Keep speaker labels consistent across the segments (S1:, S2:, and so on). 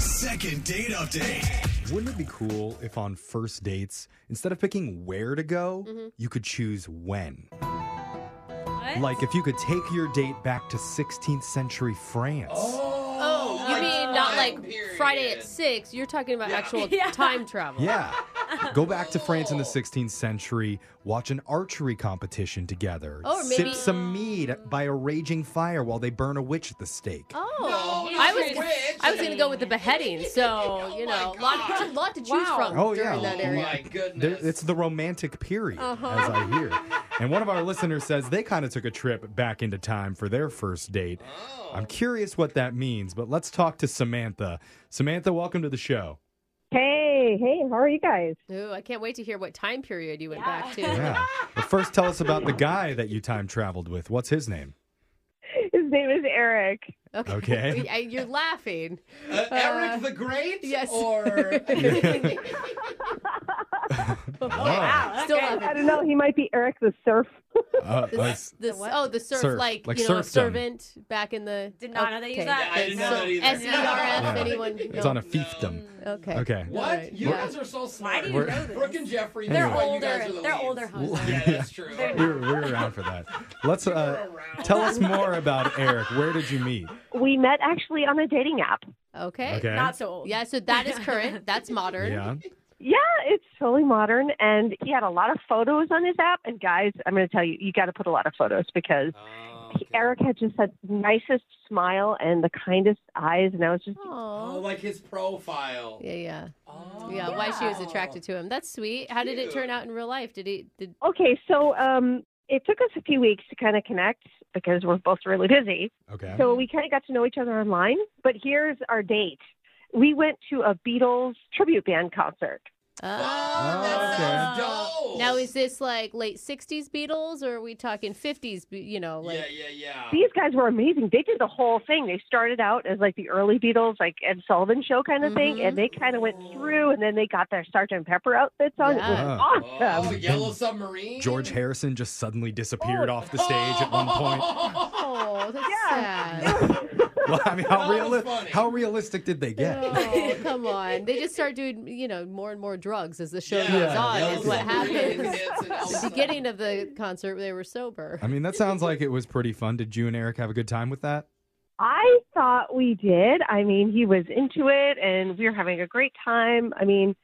S1: Second date update.
S2: Wouldn't it be cool if on first dates, instead of picking where to go,
S3: Mm-hmm.
S2: you could choose when?
S3: What?
S2: Like if you could take your date back to 16th century France.
S3: oh, you
S4: like
S3: mean not
S4: time
S3: like
S4: period.
S3: Friday at six? You're talking about actual
S5: Yeah.
S3: time travel.
S2: Yeah. Go back to France in the 16th century, watch an archery competition together,
S3: Or maybe-
S2: sip some mead by a raging fire while they burn a witch at the stake.
S3: Oh,
S4: No,
S3: I
S4: not
S3: was
S4: rich.
S3: I was gonna go with the beheading. So you know,
S4: my
S3: lot
S4: God.
S3: a lot to choose
S5: Oh Wow.
S3: from
S2: Oh,
S3: during
S2: yeah.
S3: that
S4: Oh
S3: area.
S4: my
S2: There,
S4: goodness.
S2: it's the romantic period, as I hear. And one of our listeners says they kind of took a trip back into time for their first date. I'm curious what that means, but let's talk to Samantha. Samantha, welcome to the show.
S6: Hey, hey, how are you guys?
S3: Ooh, I can't wait to hear what time period you went
S5: Yeah.
S3: back to.
S2: Yeah. But first, tell us about the guy that you time traveled with. What's his name?
S6: His name is Eric.
S3: Okay.
S2: Okay.
S3: I- You're laughing.
S4: Uh, Eric the Great?
S3: yes.
S4: Or
S2: Wow.
S3: Still
S5: okay.
S3: laughing.
S6: I don't know, he might be Eric the Surf.
S2: Uh,
S3: The,
S2: let's-
S3: the- oh, the serf,
S2: Serf,
S3: like,
S2: like
S3: you know, a
S2: serfdom.
S3: servant back in the.
S5: Did not know they use that.
S4: Yeah, I didn't know that either.
S3: S E R F.
S2: Yeah.
S3: Anyone?
S2: it's
S3: know?
S2: on a fiefdom.
S3: Okay.
S2: Okay.
S4: what?
S3: Alright,
S4: You
S3: yeah.
S4: guys are so
S5: Why
S4: smart.
S5: do you
S2: We're-
S5: know this?
S4: Brooke and Jeffrey.
S5: They're
S4: that's why you guys
S5: older.
S4: are the
S5: They're
S4: leads.
S5: older, Jose.
S4: Yeah, that's true.
S2: We're, we're around for that. Let's uh,
S4: around.
S2: tell us more about Eric. Where did you meet?
S6: We met actually on a dating app.
S3: Okay.
S2: Okay.
S5: Not so old.
S3: Yeah. So that is current. That's modern.
S2: Yeah.
S6: Yeah, it's totally modern, and he had a lot of photos on his app. And guys, I'm going to tell you, you got to put a lot of photos because
S4: Oh,
S6: he- Eric had just the nicest smile and the kindest eyes, and I was just,
S4: Oh,
S3: Aw.
S4: like his profile.
S3: Yeah, yeah,
S4: Oh.
S3: yeah. Why she was attracted to him? That's sweet. How did it
S4: Cute.
S3: turn out in real life? Did he? Did
S6: okay. So, um, it took us a few weeks to kind of connect because we're both really busy.
S2: Okay.
S6: So we kind of got to know each other online. But here's our date. We went to a Beatles tribute band concert.
S4: Oh, that sounds dope.
S3: uh, Now is this like late '60s Beatles, or are we talking '50s? Be- You know, like
S4: yeah, yeah, yeah.
S6: these guys were amazing. They did the whole thing. They started out as like the early Beatles, like Ed Sullivan show kind of thing,
S3: Mhm.
S6: and they kind of went through, and then they got their Sergeant Pepper outfits on. It
S3: Yeah.
S6: was
S4: Oh,
S6: awesome.
S4: Yellow Submarine.
S2: George Harrison just suddenly disappeared off the stage at one point.
S3: oh, that's
S6: Yeah.
S3: sad.
S2: Well, I mean, how,
S4: That was
S2: reali-
S4: funny.
S2: how realistic did they get?
S3: Oh, come on. They just start doing, you know, more and more drugs as the show
S4: Yeah,
S3: goes on.
S4: Yellow
S3: Is what
S4: Submarine
S3: happens.
S4: hits and all of a
S3: At the
S4: sudden-
S3: beginning of the concert, they were sober.
S2: I mean, that sounds like it was pretty fun. Did you and Eric have a good time with that?
S6: I thought we did. I mean, he was into it, and we were having a great time. I mean,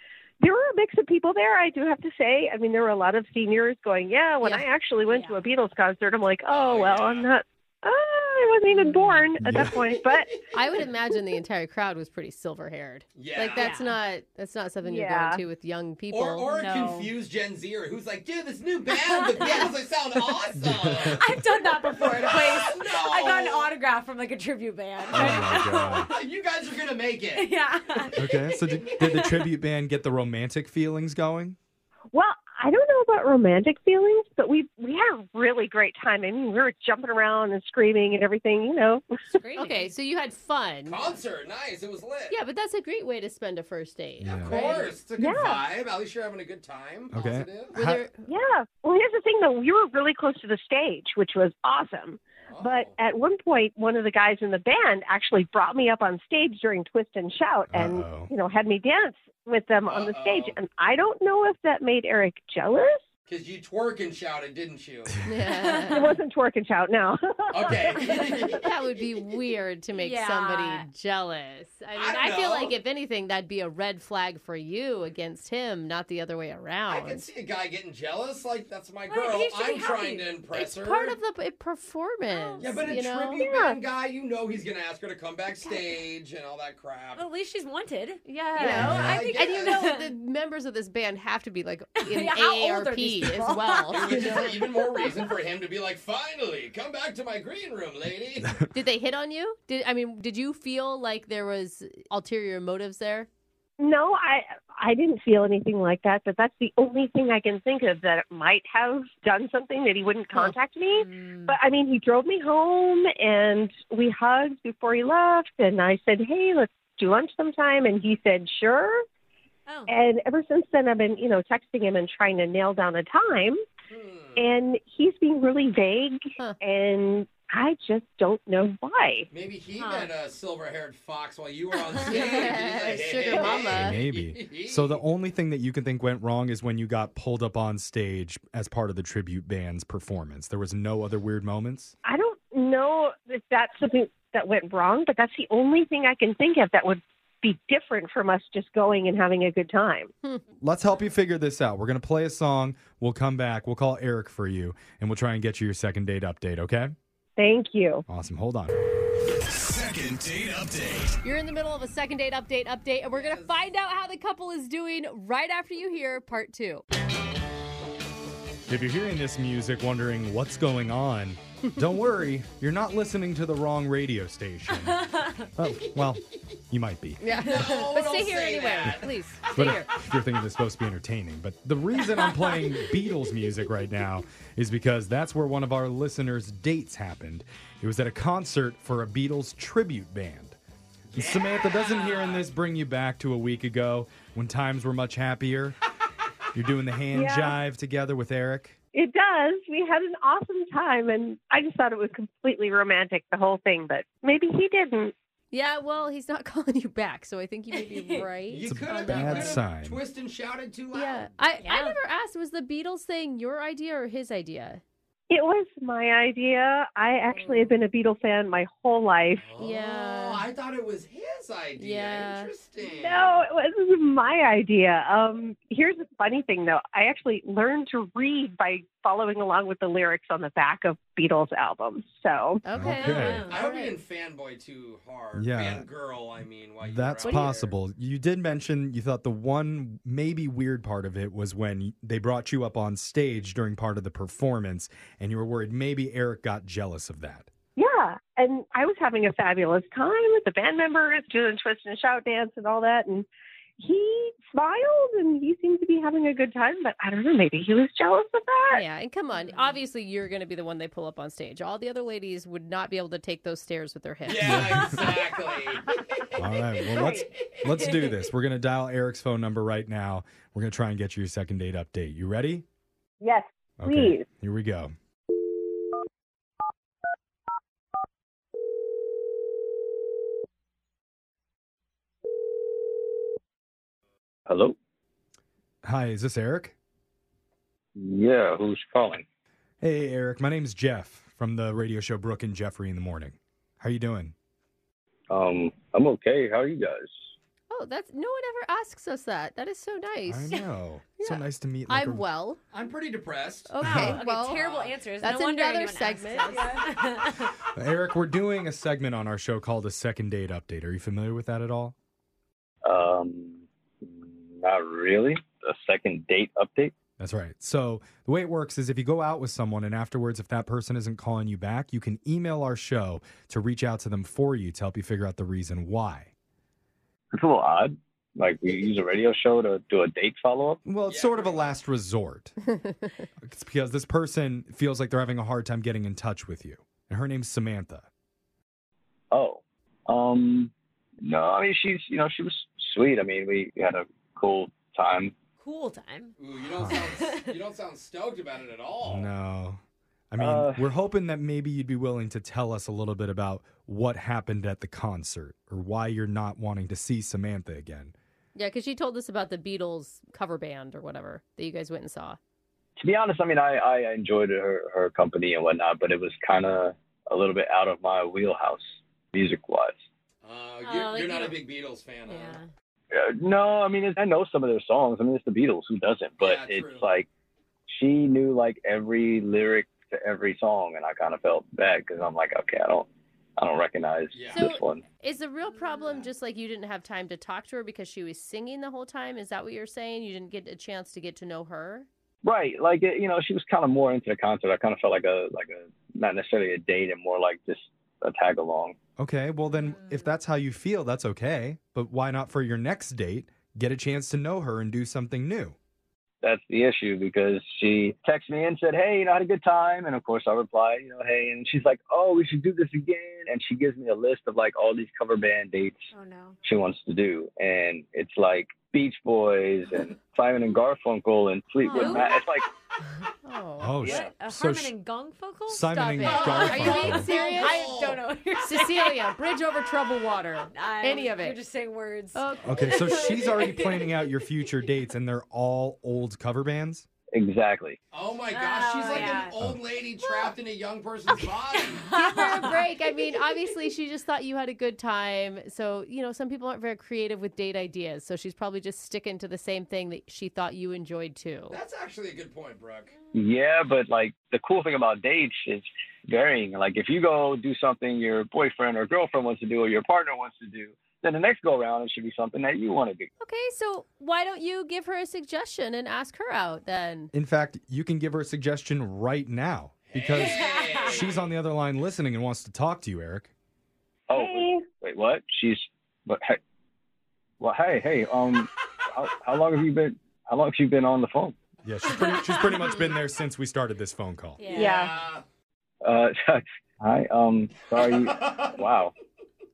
S6: there were a mix of people there. I do have to say. I mean, there were a lot of seniors going, "Yeah." When
S3: Yeah.
S6: I actually went to
S5: Yeah.
S6: a Beatles concert, I'm like,
S4: Oh,
S6: "Oh well,
S4: yeah.
S6: I'm not." Uh, I wasn't even born at
S2: Yeah.
S6: that point, but
S3: I would imagine the entire crowd was pretty silver haired.
S4: Yeah.
S3: Like that's
S5: Yeah.
S3: not that's not something you're
S6: Yeah.
S3: going to with young people.
S4: Or, or a
S5: No.
S4: confused Gen Zer who's like, dude, this new band, the Beatles, they sound
S2: Oh
S4: awesome.
S5: I've done that before at a place.
S4: No.
S5: I got an autograph from like a tribute band.
S2: Oh my god.
S4: you guys are gonna make it.
S5: yeah.
S2: Okay, so did, did the tribute band get the romantic feelings going?
S6: Well, I don't know about romantic feelings, but we we had a really great time. I mean, we were jumping around and screaming and everything, you know.
S3: Okay, so you had fun.
S4: Concert, nice. It was lit.
S3: Yeah, but that's a great way to spend a first date.
S2: Yeah.
S4: Of course, it's a good
S6: Yeah.
S4: vibe. At least you're having a good time.
S2: Okay.
S4: Positive.
S3: Were there,
S6: Yeah. Well, here's the thing though, we were really close to the stage, which was awesome. But
S4: Oh.
S6: at one point, one of the guys in the band actually brought me up on stage during Twist and Shout and,
S2: Uh-oh.
S6: you know, had me dance with them on the
S4: Uh-oh.
S6: stage. And I don't know if that made Eric jealous.
S4: Cause you twerk and shouted, didn't you?
S6: It wasn't twerk and shout, no.
S4: Okay.
S3: that would be weird to make
S5: Yeah.
S3: somebody jealous. I mean,
S4: I
S3: I, feel
S4: know.
S3: like if anything, that'd be a red flag for you against him, not the other way
S4: I
S3: around.
S4: can see a guy getting jealous. Like that's my
S5: But
S4: girl.
S5: he should be
S4: I'm
S5: happy.
S4: trying to impress
S3: it's
S4: her.
S3: part of the p- performance.
S4: yeah, but a
S3: you know?
S4: tribute
S6: Yeah.
S4: band guy, you know he's gonna ask her to come backstage and all that
S3: Oh,
S4: crap.
S5: Well, at least she's wanted.
S3: Yeah,
S5: You know, I
S4: I
S5: think
S4: guess.
S3: and you know the members of this band have to be like in
S5: Yeah, how old are
S3: AARP
S5: these
S3: as
S5: people?
S3: well.
S4: Which
S3: you
S4: is
S3: know?
S4: even more reason for him to be like, finally, come back to my green room, lady.
S3: Did they hit on you? Did I mean? Did you feel like there was ulterior motives there?
S6: No, I I didn't feel anything like that, but that's the only thing I can think of that might have done something that he wouldn't
S3: Huh.
S6: contact
S5: Hmm.
S6: me. But I mean, he drove me home and we hugged before he left and I said, "Hey, let's do lunch sometime." And he said, "Sure."
S5: Oh.
S6: And ever since then I've been, you know, texting him and trying to nail down a time,
S4: Hmm.
S6: and he's being really vague
S3: Huh.
S6: and I just don't know why.
S4: Maybe he
S5: Huh.
S4: met a silver-haired fox while you were on stage. He's
S3: Yeah,
S4: like, hey,
S3: sugar
S4: hey,
S3: mama.
S4: hey.
S2: Maybe. so the only thing that you can think went wrong is when you got pulled up on stage as part of the tribute band's performance. There was no other weird moments.
S6: I don't know if that's something that went wrong, but that's the only thing I can think of that would be different from us just going and having a good time.
S2: Let's help you figure this out. We're going to play a song. We'll come back. We'll call Eric for you and we'll try and get you your second date update, okay?
S6: Thank you.
S2: Awesome. Hold on.
S1: Second date update.
S3: You're in the middle of a second date update update, and we're going to find out how the couple is doing right after you hear part two.
S2: If you're hearing this music wondering what's going on, don't worry, you're not listening to the wrong radio station. oh, well, you might be.
S3: Yeah.
S4: No,
S3: but
S4: Oh, don't
S3: stay here
S4: say
S3: anyway,
S4: that.
S3: please. Stay
S2: But uh,
S3: here.
S2: if you're thinking it's supposed to be entertaining. But the reason I'm playing Beatles music right now is because that's where one of our listeners' dates happened. It was at a concert for a Beatles tribute band. And Samantha, doesn't hearing this bring you back to a week ago when times were much happier? You're doing the hand
S6: Yeah.
S2: jive together with Eric.
S6: It does. We had an awesome time, and I just thought it was completely romantic, the whole thing, but maybe he didn't.
S3: Yeah, well, he's not calling you back, so I think you may be right.
S4: You
S2: It's a
S4: could have
S2: bad sign.
S4: Twist and shouted too loud.
S3: Yeah. I, I
S5: Yeah.
S3: never asked, was the Beatles thing your idea or his idea?
S6: It was my idea. I actually have been a Beatle fan my whole life.
S4: Oh,
S3: Yeah.
S4: I thought it was his idea.
S3: Yeah.
S4: Interesting.
S6: No, it was, this is my idea. Um, here's the funny thing, though. I actually learned to read by following along with the lyrics on the back of Beatles albums. So
S3: Okay.
S2: Okay.
S4: I hope you didn't fanboy too hard.
S2: Yeah.
S4: Fangirl, I mean. While you were
S2: That's
S4: out there.
S2: possible. You did mention you thought the one maybe weird part of it was when they brought you up on stage during part of the performance, and you were worried maybe Eric got jealous of that.
S6: Yeah, and I was having a fabulous time with the band members doing twist and shout dance and all that, and he smiled and he seemed to be having a good time. But I don't know, maybe he was jealous of that.
S3: Yeah, and come on. Obviously, you're going to be the one they pull up on stage. All the other ladies would not be able to take those stairs with their hips.
S4: Yeah, exactly.
S2: All right. Well, let's let's do this. We're gonna dial Eric's phone number right now. We're gonna try and get you your second date update. You ready?
S6: Yes, please.
S2: Here we go.
S7: Hello?
S2: Hi, is this Eric?
S7: Yeah, who's calling?
S2: Hey, Eric. My name's Jeff from the radio show Brooke and Jeffrey in the Morning. How you doing?
S7: Um, I'm okay. How are you guys?
S3: Oh, that's no one ever asks us that. That is so
S2: I
S3: nice.
S2: know. So
S3: Yeah.
S2: nice to meet. Like
S3: I'm
S2: a-
S3: well.
S4: I'm pretty depressed.
S3: Okay,
S5: Oh, Wow, okay,
S3: well,
S5: terrible answers.
S3: that's
S5: no wonder
S3: another
S5: anyone asks
S3: segment.
S5: us.
S2: Eric, we're doing a segment on our show called a second date update. Are you familiar with that at all?
S7: Um, not really. A second date update?
S2: That's right. So the way it works is if you go out with someone and afterwards, if that person isn't calling you back, you can email our show to reach out to them for you to help you figure out the reason why.
S7: It's a little odd. Like, we use a radio show to do a date follow up.
S2: Well, it's
S4: Yeah,
S2: sort of a
S4: pretty much.
S2: last resort. it's because this person feels like they're having a hard time getting in touch with you. And her name's Samantha.
S7: Oh, um, no, I mean, she's, you know, she was sweet. I mean, we, we had a cool time.
S5: cool time.
S4: Ooh, you don't sound you don't sound stoked about it at all.
S2: No. I mean,
S7: Uh.
S2: we're hoping that maybe you'd be willing to tell us a little bit about what happened at the concert or why you're not wanting to see Samantha again.
S3: Yeah, because she told us about the Beatles cover band or whatever that you guys went and saw.
S7: To be honest, I mean, I, I enjoyed her, her company and whatnot, but it was kind of a little bit out of my wheelhouse, music wise.
S4: Uh, you're,
S5: Oh,
S4: you're
S5: you
S4: not a
S5: don't-
S4: big Beatles fan.
S5: Yeah.
S4: Huh?
S7: Uh, no, I mean, it's, I know some of their songs. I mean, it's the Beatles. Who doesn't? But
S4: Yeah,
S7: it's
S4: true.
S7: like she knew like every lyric to every song, and I kind of felt bad because I'm like, okay, I don't, I don't recognize
S4: Yeah.
S7: this
S3: So-
S7: one.
S3: Is the real problem just like you didn't have time to talk to her because she was singing the whole time? Is that what you're saying? You didn't get a chance to get to know her?
S7: Right, like it, you know, she was kind of more into the concert. I kind of felt like a like a not necessarily a date, and more like just a tag along.
S2: Okay, well then if that's how you feel, that's okay. But why not for your next date get a chance to know her and do something new?
S7: That's the issue because she texted me and said, "Hey, you know, I had a good time," and of course I replied, "You know, hey," and she's like, "Oh, we should do this again," and she gives me a list of like all these cover band dates
S5: Oh no.
S7: she wants to do. And it's like Beach Boys and Simon and Garfunkel and Fleetwood
S5: Oh.
S7: Mac. It's like
S3: Oh.
S2: Oh,
S5: What? A
S2: sh- so
S5: Harmon
S2: sh-
S5: and Gong vocal?
S2: Simon and
S3: Stop it. Are you
S2: Garfunkel.
S3: being serious?
S5: I don't know. What you're
S2: Oh.
S3: Cecilia, bridge over troubled water.
S5: I-
S3: Any of
S5: You're
S3: it. Oh.
S5: just saying words.
S3: Okay.
S2: Okay, so she's already planning out your future dates, and they're all old cover bands.
S7: Exactly.
S4: Oh my gosh, she's
S5: Oh,
S4: like
S5: yeah.
S4: an old lady trapped in a young person's body.
S3: Give her a break. I mean, obviously, she just thought you had a good time. So, you know, some people aren't very creative with date ideas. So she's probably just sticking to the same thing that she thought you enjoyed too.
S4: That's actually a good point, Brooke.
S7: Yeah, but like the cool thing about dates is varying. Like if you go do something your boyfriend or girlfriend wants to do or your partner wants to do, then the next go around it should be something that you want to do.
S3: Okay, so why don't you give her a suggestion and ask her out then?
S2: In fact, you can give her a suggestion right now because
S4: Hey.
S2: she's on the other line listening and wants to talk to you, Eric.
S7: Oh, wait,
S6: Hey,
S7: wait, what? She's but hey, well, hey, hey, um, how, how long have you been? How long have you been on the phone?
S2: Yeah, she's pretty, she's pretty much been there since we started this phone call.
S4: Yeah.
S7: Uh, hi, um, sorry. Wow.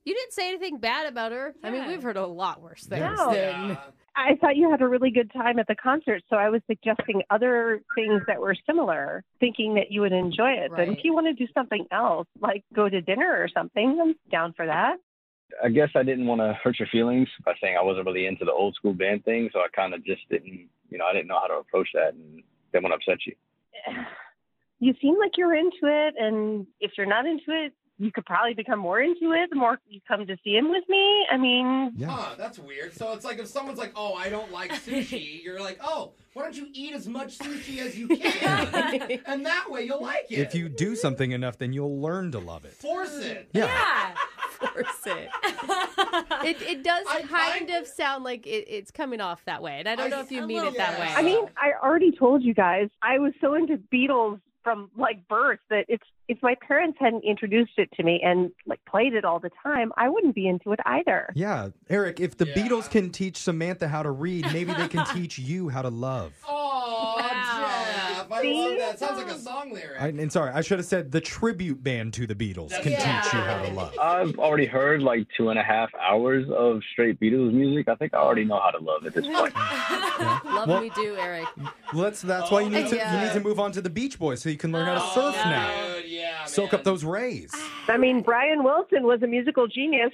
S3: You didn't say anything bad about her. I mean,
S5: Yeah.
S3: we've heard a lot worse things
S6: No.
S3: than
S4: Yeah.
S6: I thought you had a really good time at the concert, so I was suggesting other things that were similar, thinking that you would enjoy it. But
S3: Right.
S6: if you want to do something else, like go to dinner or something, I'm down for that.
S7: I guess I didn't want to hurt your feelings by saying I wasn't really into the old school band thing, so I kind of just didn't, you know, I didn't know how to approach that and didn't want to upset you.
S6: You seem like you're into it, and if you're not into it, you could probably become more into it the more you come to see him with me. I mean,
S2: Yeah.
S4: Huh, that's weird. So it's like if someone's like, "Oh, I don't like sushi," you're like, "Oh, why don't you eat as much sushi as you can, and that way you'll like it."
S2: If you do something enough, then you'll learn to love it.
S4: force it,
S2: Yeah.
S5: yeah.
S3: force it. It, it does
S4: I
S3: kind
S4: find-
S3: of sound like it, it's coming off that way, and I don't
S4: I-
S3: know if you
S5: a
S3: mean it
S5: little
S3: that
S4: bit.
S3: way.
S6: I mean, I already told you guys I was so into Beatles from like birth that it's if my parents hadn't introduced it to me and like played it all the time, I wouldn't be into it either.
S2: Yeah, Eric, if the
S4: Yeah.
S2: Beatles can teach Samantha how to read, maybe they can teach you how to love.
S4: oh Jeff, I love
S6: See?
S4: that. Sounds like a song lyric.
S2: I, and sorry, I should have said the tribute band to the Beatles can
S4: Yeah.
S2: teach you how to love.
S7: I've already heard like two and a half hours of straight Beatles music. I think I already know how to love at this point.
S3: Love
S2: Well-
S3: we do, Eric.
S2: Let's. That's why you need to you
S3: Yeah.
S2: need to move on to the Beach Boys so you can learn how to surf now.
S4: Dude, Oh, yeah, Oh,
S2: Soak
S4: man. Ah,
S2: up those rays.
S6: I mean, Brian Wilson was a musical genius,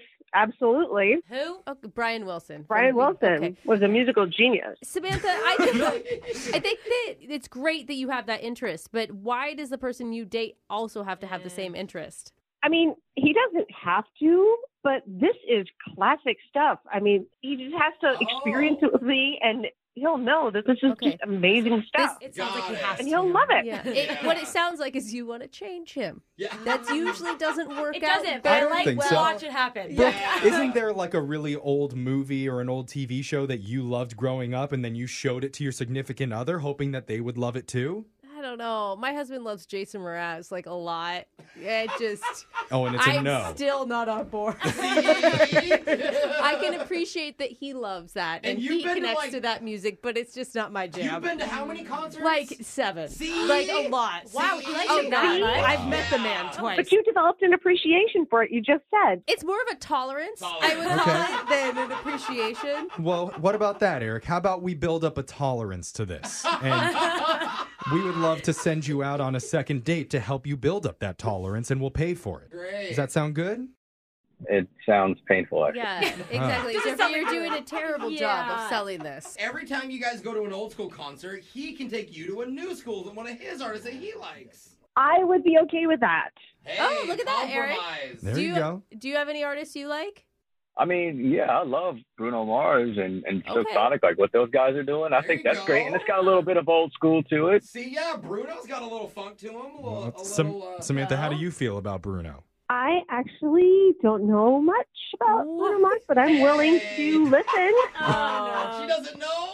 S6: absolutely.
S5: Who?
S3: Okay, Oh, Brian Wilson. from
S6: Brian
S3: the Beatles.
S6: Wilson
S3: Mm-hmm. Okay.
S6: was a musical genius.
S3: Samantha, I think I think that it's great that you have that interest, but why does the person you date also have to have the same interest?
S6: I mean, he doesn't have to, but this is classic stuff. I mean, he just has to experience it with me, and he'll know that this is
S3: Oh. Okay.
S6: just amazing stuff,
S5: It sounds like he
S4: Got it.
S5: has
S6: and
S5: to.
S6: he'll love it.
S3: Yeah. It, what it sounds like is you want to change him.
S4: Yeah.
S3: That usually doesn't work
S5: It
S3: out.
S5: doesn't, but
S2: I
S5: I,
S2: don't
S5: like
S2: think
S5: to
S2: so.
S5: watch it happen.
S2: Brooke,
S4: Yeah.
S2: isn't there like a really old movie or an old TV show that you loved growing up and then you showed it to your significant other hoping that they would love it too?
S3: I don't know. My husband loves Jason Mraz like a lot. It just
S2: Oh, and it's a
S3: I'm
S2: no.
S3: still not on board. I
S4: I
S3: can appreciate that he loves that
S4: And
S3: and,
S4: you've
S3: he
S4: been to,
S3: connects
S4: like-
S3: to that music, but it's just not my jam.
S4: You've been to how many concerts?
S3: like seven,
S4: See?
S3: like a lot.
S5: Wow, he likes
S3: oh,
S5: it
S3: God.
S5: that much?
S3: I've met the man twice.
S6: But you developed an appreciation for it. You just said.
S3: it's more of a tolerance, I would
S4: Tolerance.
S3: call
S2: Okay.
S3: it, than an appreciation.
S2: Well, what about that, Eric? How about we build up a tolerance to this? And we would love to send you out on a second date to help you build up that tolerance and we'll pay for it.
S4: Great.
S2: Does that sound good?
S7: It sounds painful, actually.
S3: Yeah, exactly. Jeffrey,
S5: Doesn't sound
S3: you're
S5: like-
S3: doing a Uh-huh. terrible job
S5: Yeah.
S3: of selling this.
S4: Every time you guys go to an old school concert, he can take you to a new school than one of his artists that he likes.
S6: I would be okay with that.
S4: Hey,
S3: Oh, look at that, Eric.
S4: compromise.
S2: There
S3: do
S2: you go.
S3: Do you have any artists you like?
S7: I mean, yeah, I love Bruno Mars and and Silk
S3: Okay.
S7: Sonic, like what those guys are doing. I
S4: There
S7: think
S4: you
S7: that's great, and
S4: go.
S7: it's got a little bit of old school to it.
S4: See, yeah, Bruno's got a little funk to him. A little, a little
S2: Sam-
S4: uh,
S2: Samantha, how do you feel about Bruno?
S6: I actually don't know much about Bruno Mars, but I'm willing to listen.
S5: Oh,
S4: She
S5: no.
S4: doesn't know.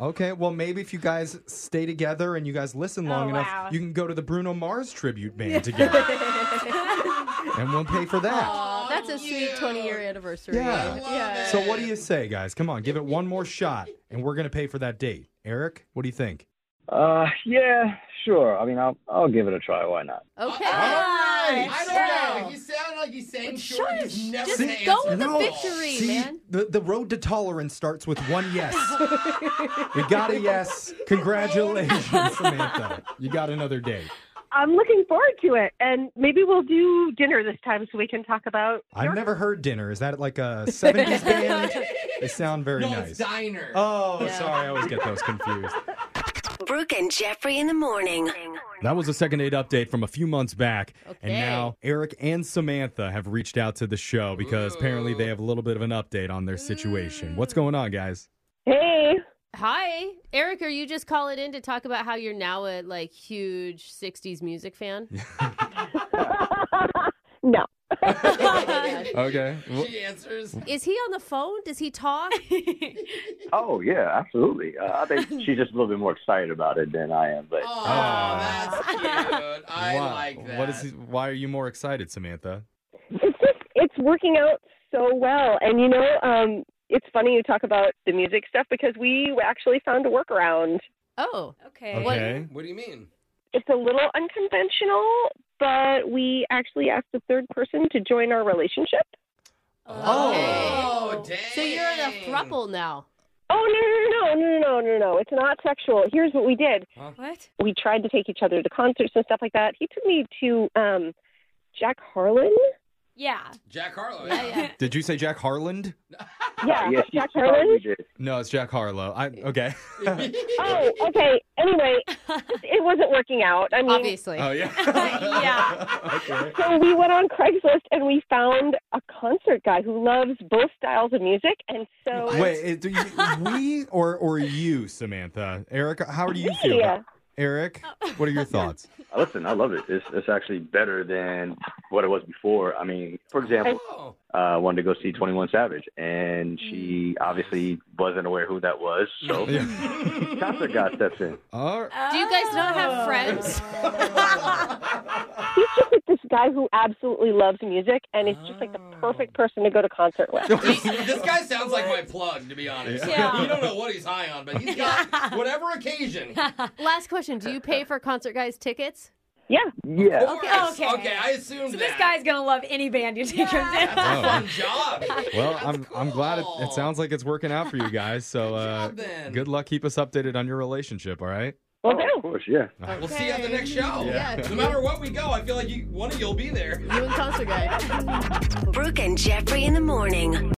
S2: Okay, well, maybe if you guys stay together and you guys listen long
S5: Oh,
S2: enough,
S5: wow.
S2: you can go to the Bruno Mars tribute band together. and we'll pay for that.
S4: Oh,
S3: Aw, that's a sweet
S4: cute.
S3: 20 year anniversary.
S2: Yeah.
S4: I love it.
S2: So, what do you say, guys? Come on, give it one more shot, and we're going to pay for that date. Eric, what do you think?
S7: Uh, yeah, sure. I mean, I'll I'll give it a try. Why not?
S3: Okay.
S5: right.
S4: I don't know. You sound like you saying sure.
S3: Shush.
S4: He's never
S3: Just
S4: gonna
S3: go
S4: answer
S3: with the
S4: at all.
S3: victory.
S2: See,
S3: man.
S2: The, the road to tolerance starts with one yes. we got a yes. Congratulations, Samantha. You got another date.
S6: I'm looking forward to it, and maybe we'll do dinner this time so we can talk about.
S2: I've never heard dinner. Is that like a 70s band? They sound very
S4: No,
S2: nice.
S4: it's diner.
S2: Oh, sorry. I always get those confused.
S8: Brooke and Jeffrey in the morning.
S2: That was a second date update from a few months back. And
S3: Okay.
S2: now Eric and Samantha have reached out to the show because apparently they have a little bit of an update on their situation. What's going on, guys?
S6: Hey,
S3: Hi, Eric. Are you just calling in to talk about how you're now a like huge '60s music fan?
S6: no,
S2: Okay.
S4: She answers.
S3: Is he on the phone? Does he talk?
S7: Oh yeah, absolutely. Uh, I think she's just a little bit more excited about it than I am. But
S4: Oh,
S2: Ah.
S4: that's cute. I like that.
S2: What is? Why are you more excited, Samantha?
S6: it's just it's working out so well, and you know, um, it's funny you talk about the music stuff because we actually found a workaround.
S3: Oh,
S5: Okay.
S2: Okay.
S4: What do you mean?
S6: It's a little unconventional, but we actually asked a third person to join our relationship.
S4: Oh, dang.
S3: so you're in a thruple now.
S6: Oh no no no no no no no no! It's not sexual. Here's what we did.
S5: What?
S6: we tried to take each other to concerts and stuff like that. He took me to um, Jack Harlan.
S5: Yeah.
S4: Jack Harlow.
S2: Did you say Jack Harland?
S6: Yeah,
S7: yes, you
S6: Jack
S7: probably
S6: Harlan.
S7: did.
S2: No, it's Jack Harlow. I okay.
S6: Oh, okay. Anyway, it wasn't working out. I mean,
S3: Obviously.
S2: oh yeah.
S5: Yeah.
S2: Okay.
S6: so we went on Craigslist and we found a concert guy who loves both styles of music, and so
S2: Wait, it- do you, we or or you, Samantha? Eric, how do you feel?
S6: Yeah.
S2: about- Eric, what are your thoughts?
S7: Uh, Listen, I love it. It's it's actually better than what it was before. I mean, for example,
S4: Oh.
S7: uh, wanted to go see Twenty One Savage, and she obviously wasn't aware who that was. So
S2: Yeah.
S7: concert guy steps in.
S2: All right.
S3: Do you guys not have friends?
S6: he's just like this guy who absolutely loves music, and is just like the perfect person to go to concert with.
S4: this guy sounds like my plug, to be honest.
S5: Yeah.
S4: You don't know what he's high on, but he's got whatever occasion.
S3: Last question: Do you pay for concert guys tickets?
S6: yeah,
S7: Yeah.
S4: Of
S5: Okay.
S4: course.
S5: Okay.
S4: Okay, I assume
S5: So this guy's gonna love any band you take
S2: Oh.
S4: Fun job.
S2: Well, I'm I'm glad it, it
S4: cool.
S2: sounds like it's working out for you guys. So uh,
S4: job, then.
S2: good luck. Keep us updated on your relationship. All right.
S6: well,
S7: Oh,
S6: do.
S7: of course, yeah.
S4: We'll see you at the next show.
S3: Yeah.
S4: No matter what we go, I feel like you, one of you'll be there.
S3: You and concert guys.
S8: Brooke and Jeffrey in the morning.